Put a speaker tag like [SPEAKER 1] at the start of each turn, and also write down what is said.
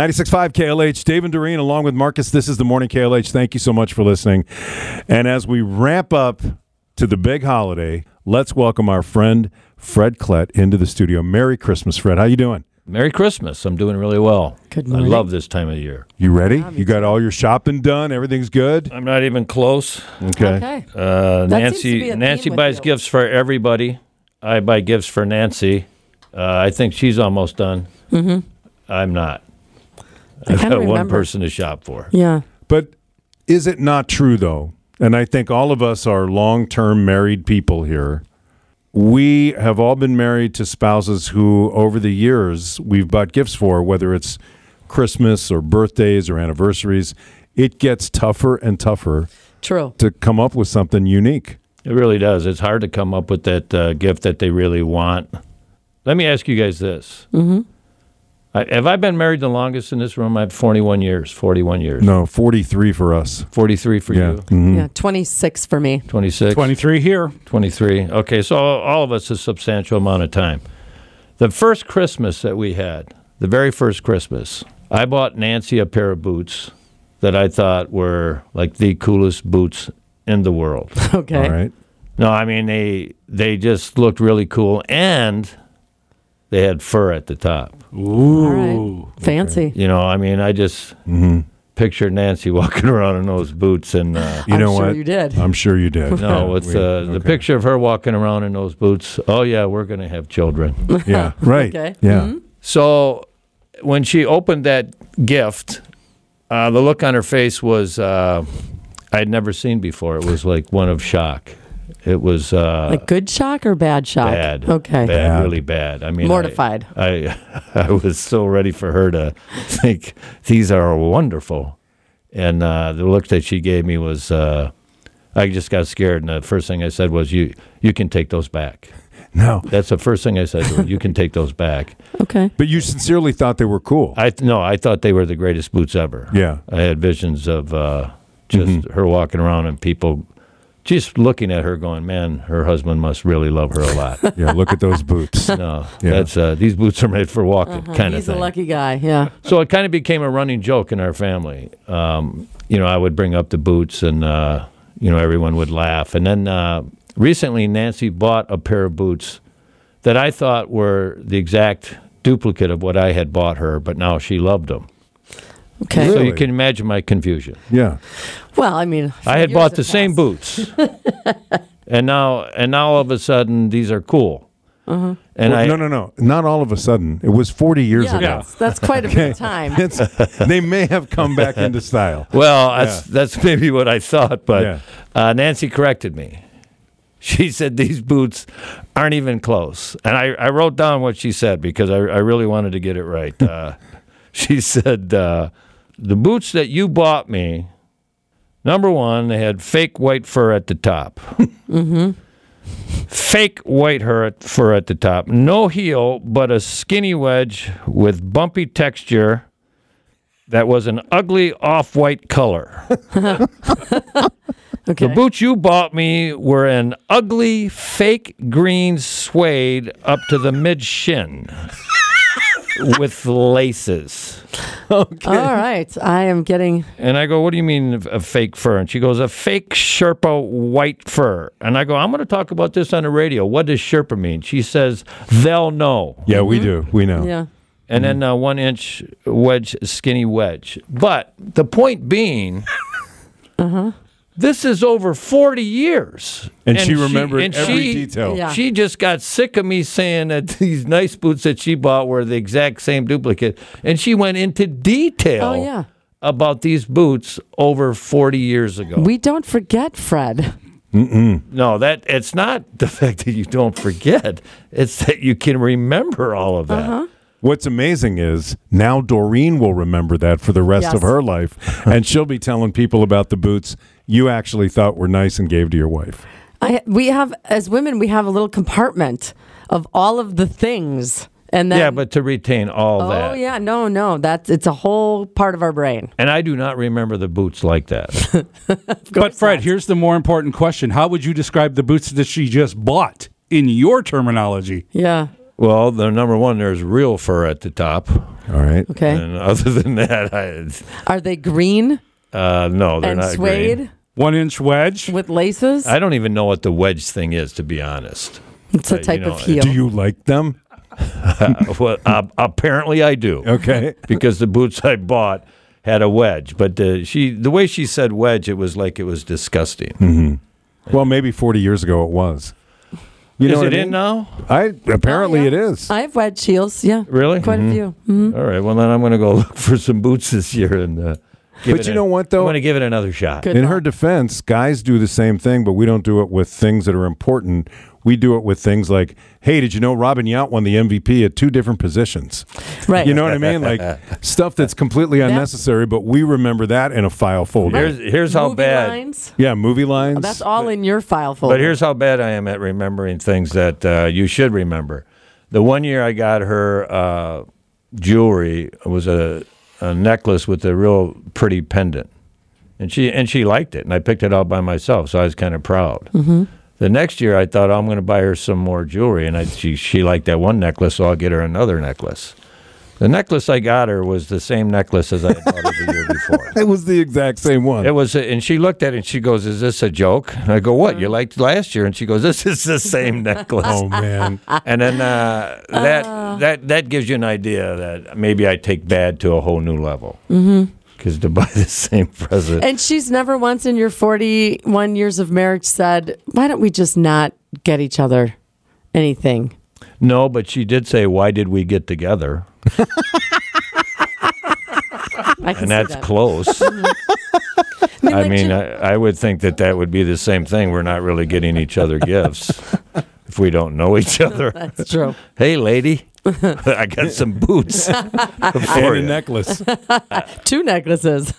[SPEAKER 1] 96.5 KLH, Dave and Doreen, along with Marcus. This is the morning KLH. Thank you so much for listening. And as we ramp up to the big holiday, let's welcome our friend Fred Klett into the studio. Merry Christmas, Fred. How you doing?
[SPEAKER 2] Merry Christmas. I'm doing really well.
[SPEAKER 3] Good
[SPEAKER 2] I
[SPEAKER 3] morning.
[SPEAKER 2] love this time of year.
[SPEAKER 1] You ready? you got all your shopping done. Everything's good.
[SPEAKER 2] I'm not even close.
[SPEAKER 1] Okay.
[SPEAKER 3] Okay.
[SPEAKER 2] Uh,
[SPEAKER 3] That seems
[SPEAKER 2] Nancy
[SPEAKER 3] to be a theme
[SPEAKER 2] Nancy
[SPEAKER 3] with
[SPEAKER 2] buys
[SPEAKER 3] you.
[SPEAKER 2] gifts for everybody. I buy gifts for Nancy. Uh, I think she's almost done. Mm-hmm. I'm not.
[SPEAKER 3] I
[SPEAKER 2] I've
[SPEAKER 3] kinda
[SPEAKER 2] got Uh, one
[SPEAKER 3] remember.
[SPEAKER 2] person to shop for.
[SPEAKER 3] Yeah.
[SPEAKER 1] But is it not true though? And I think all of us are long-term married people here. We have all been married to spouses who over the years we've bought gifts for whether it's Christmas or birthdays or anniversaries. It gets tougher and tougher
[SPEAKER 3] True.
[SPEAKER 1] to come up with something unique.
[SPEAKER 2] It really does. It's hard to come up with that uh, gift that they really want. Let me ask you guys this. Mm-hmm. I, have I been married the longest in this room? I have 41 years. 41 years.
[SPEAKER 1] No, 43 for us.
[SPEAKER 2] 43 for
[SPEAKER 1] Yeah.
[SPEAKER 2] you.
[SPEAKER 1] Mhm.
[SPEAKER 3] Yeah. 26 for me.
[SPEAKER 2] 26.
[SPEAKER 4] 23 here.
[SPEAKER 2] 23. Okay, so all of us a substantial amount of time. The first Christmas that we had, the very first Christmas, I bought Nancy a pair of boots that I thought were like the coolest boots in the world.
[SPEAKER 3] Okay.
[SPEAKER 1] All right.
[SPEAKER 2] no, I mean they they just looked really cool and they had fur at the top.
[SPEAKER 3] All right. Fancy.
[SPEAKER 2] You know, I mean I just
[SPEAKER 1] Mm-hmm.
[SPEAKER 2] pictured Nancy walking around in those boots and uh,
[SPEAKER 1] You
[SPEAKER 3] I'm
[SPEAKER 1] know
[SPEAKER 3] sure
[SPEAKER 1] what?
[SPEAKER 3] you did.
[SPEAKER 1] I'm sure you did.
[SPEAKER 2] no, it's
[SPEAKER 1] we-
[SPEAKER 2] uh, the
[SPEAKER 1] okay.
[SPEAKER 2] picture of her walking around in those boots. Oh yeah, we're going to have children.
[SPEAKER 1] Yeah, right.
[SPEAKER 3] Okay.
[SPEAKER 1] Yeah.
[SPEAKER 2] Mm-hmm. So when she opened that gift, uh, the look on her face was uh, I had never seen before. It was like one of shock. It was uh,
[SPEAKER 3] Like good shock or bad shock?
[SPEAKER 2] bad,
[SPEAKER 3] Okay.
[SPEAKER 2] bad,
[SPEAKER 1] Bad.
[SPEAKER 2] really bad. I mean, I-
[SPEAKER 3] Mortified.
[SPEAKER 2] I, I was so ready for her to think these are wonderful, and uh, the look that she gave me was. Uh, I just got scared, and the first thing I said was, "You, you can take those back."
[SPEAKER 1] No.
[SPEAKER 2] That's the first thing I said. to her, You can take those back.
[SPEAKER 3] Okay.
[SPEAKER 1] But you sincerely thought they were cool.
[SPEAKER 2] I th- no, I thought they were the greatest boots ever.
[SPEAKER 1] Yeah. Mm-hmm.
[SPEAKER 2] I had visions of uh, just her walking around and people just looking at her, going, "Man, her husband must really love her a lot."
[SPEAKER 1] yeah, look at those boots.
[SPEAKER 2] no,
[SPEAKER 1] Yeah.
[SPEAKER 2] that's uh, these boots are made for walking, kind of
[SPEAKER 3] Uh-huh. Uh, He's a
[SPEAKER 2] thing.
[SPEAKER 3] lucky guy. Yeah.
[SPEAKER 2] so it kind of became a running joke in our family. Um, you know, I would bring up the boots, and uh, you know, everyone would laugh. And then uh, recently, Nancy bought a pair of boots that I thought were the exact duplicate of what I had bought her, but now she loved them.
[SPEAKER 3] Okay.
[SPEAKER 2] So
[SPEAKER 1] Really?
[SPEAKER 2] you can imagine my confusion.
[SPEAKER 1] Yeah.
[SPEAKER 3] Well, I mean,
[SPEAKER 2] I had
[SPEAKER 3] years
[SPEAKER 2] bought
[SPEAKER 3] have
[SPEAKER 2] the same
[SPEAKER 3] passed.
[SPEAKER 2] boots, and now and now all of a sudden these are cool. And
[SPEAKER 1] Well,
[SPEAKER 2] I
[SPEAKER 1] no, no, no. Not all of a sudden. It was 40 years
[SPEAKER 3] Yeah.
[SPEAKER 1] ago.
[SPEAKER 3] That's, that's quite a bit of time.
[SPEAKER 1] It's- they may have come back into style.
[SPEAKER 2] well, that's that's maybe what I thought, but
[SPEAKER 1] Yeah.
[SPEAKER 2] uh, Nancy corrected me. She said these boots aren't even close, and I, I wrote down what she said because I, I really wanted to get it right. Uh, she said uh, the boots that you bought me. Number one, they had fake white fur at the top. Fake white her- fur at the top. No heel, but a skinny wedge with bumpy texture that was an ugly off white color.
[SPEAKER 3] Okay.
[SPEAKER 2] The boots you bought me were an ugly fake green suede up to the mid shin with laces.
[SPEAKER 3] All right. I am getting.
[SPEAKER 2] And I go, What do you mean a a fake fur? And she goes, A fake Sherpa white fur. And I go, I'm going to talk about this on the radio. What does Sherpa mean? She says, They'll know.
[SPEAKER 1] Yeah, we do. We know.
[SPEAKER 3] Yeah.
[SPEAKER 2] And then
[SPEAKER 1] Mm-hmm.
[SPEAKER 2] uh, one inch wedge, skinny wedge. But the point being. This is over 40 years.
[SPEAKER 1] Mm-hmm. And, she remembered
[SPEAKER 2] and
[SPEAKER 1] every
[SPEAKER 2] she-
[SPEAKER 1] detail.
[SPEAKER 3] Yeah.
[SPEAKER 2] She just got sick of me saying that these nice boots that she bought were the exact same duplicate. And she went into detail
[SPEAKER 3] Oh, yeah.
[SPEAKER 2] about these boots over 40 years ago.
[SPEAKER 3] We don't forget Fred.
[SPEAKER 2] no, that it's not the fact that you don't forget. It's that you can remember all of that.
[SPEAKER 1] Uh-huh. What's amazing is now Doreen will remember that for the rest
[SPEAKER 3] Yes.
[SPEAKER 1] of her life, and she'll be telling people about the boots you actually thought were nice and gave to your wife.
[SPEAKER 3] I we have as women we have a little compartment of all of the things, and then
[SPEAKER 2] Yeah, but to retain all
[SPEAKER 3] oh
[SPEAKER 2] that.
[SPEAKER 3] yeah, no, no, that's it's a whole part of our brain.
[SPEAKER 2] And I do not remember the boots like that.
[SPEAKER 4] But Fred, here's the more important question. How would you describe the boots that she just bought in your terminology?
[SPEAKER 3] Yeah.
[SPEAKER 2] Well, the number one, there's real fur at the top,
[SPEAKER 1] All right.
[SPEAKER 3] Okay.
[SPEAKER 2] and other than that, I,
[SPEAKER 3] Are they green
[SPEAKER 2] uh, no, they're
[SPEAKER 3] and
[SPEAKER 2] not
[SPEAKER 3] suede
[SPEAKER 2] green.
[SPEAKER 4] One inch wedge.
[SPEAKER 3] with laces?
[SPEAKER 2] I don't even know what the wedge thing is, to be honest.
[SPEAKER 3] it's
[SPEAKER 2] uh,
[SPEAKER 3] a
[SPEAKER 2] you
[SPEAKER 3] type
[SPEAKER 2] know,
[SPEAKER 3] of heel.
[SPEAKER 1] Do you like them?
[SPEAKER 2] Uh, well, uh, apparently, I do.
[SPEAKER 1] Okay.
[SPEAKER 2] because the boots I bought had a wedge. But the, she, the way she said wedge, it was like it was disgusting.
[SPEAKER 1] Well, maybe 40 years ago it was. You
[SPEAKER 2] is
[SPEAKER 1] know
[SPEAKER 2] it
[SPEAKER 1] what I
[SPEAKER 2] in
[SPEAKER 1] mean?
[SPEAKER 2] now?
[SPEAKER 1] I apparently
[SPEAKER 3] Oh, yeah.
[SPEAKER 1] it is.
[SPEAKER 3] I have wedge heels. Yeah.
[SPEAKER 2] Really? Mm-hmm.
[SPEAKER 3] Quite a few. Mhm.
[SPEAKER 2] All right. Well, then I'm going to go look for some boots this year and. Uh, give
[SPEAKER 1] But
[SPEAKER 2] it
[SPEAKER 1] you
[SPEAKER 2] a-
[SPEAKER 1] know what, though?
[SPEAKER 2] I'm going to give it another shot.
[SPEAKER 3] Good
[SPEAKER 1] In
[SPEAKER 3] luck.
[SPEAKER 1] her defense, guys do the same thing, but we don't do it with things that are important. We do it with things like, "Hey, did you know Robin Yount won the MVP at two different positions?"
[SPEAKER 3] Right.
[SPEAKER 1] You know what I mean? Like stuff that's completely unnecessary, but we remember that in a file folder.
[SPEAKER 2] Here's here's how
[SPEAKER 3] Movie
[SPEAKER 2] bad.
[SPEAKER 3] lines.
[SPEAKER 1] yeah, movie lines.
[SPEAKER 3] Oh, That's all in your file folder.
[SPEAKER 2] But here's how bad I am at remembering things that uh, you should remember. The one year I got her uh, jewelry was a, a necklace with a real pretty pendant, and she and she liked it, and I picked it out by myself, so I was kind of proud. Mm-hmm. The next year, I thought "Oh, I'm going to buy her some more jewelry, and I, she she liked that one necklace, so I'll get her another necklace. The necklace I got her was the same necklace as I had bought her the year before.
[SPEAKER 1] it was the exact same one.
[SPEAKER 2] It was, and she looked at it and she goes, "Is this a joke?" And I go, "What you liked last year?" And she goes, "This is the same necklace."
[SPEAKER 1] oh man,
[SPEAKER 2] And then uh, that that that gives you an idea that maybe I take bad to a whole new level. Because mm-hmm. to buy the same present,
[SPEAKER 3] and she's never once in your 41 years of marriage said, why don't we just not get each other anything?
[SPEAKER 2] no, but she did say, "Why did we get together?"
[SPEAKER 3] I can
[SPEAKER 2] And
[SPEAKER 3] see
[SPEAKER 2] that's
[SPEAKER 3] that. Mm-hmm.
[SPEAKER 2] close.
[SPEAKER 3] I mean,
[SPEAKER 2] I
[SPEAKER 3] like,
[SPEAKER 2] mean,
[SPEAKER 3] Jan-
[SPEAKER 2] I, I would think that that would be the same thing. We're not really getting each other gifts if we don't know each other.
[SPEAKER 3] that's true.
[SPEAKER 2] Hey, lady, I got some boots for
[SPEAKER 1] and a
[SPEAKER 2] you.
[SPEAKER 1] necklace.
[SPEAKER 3] Two necklaces.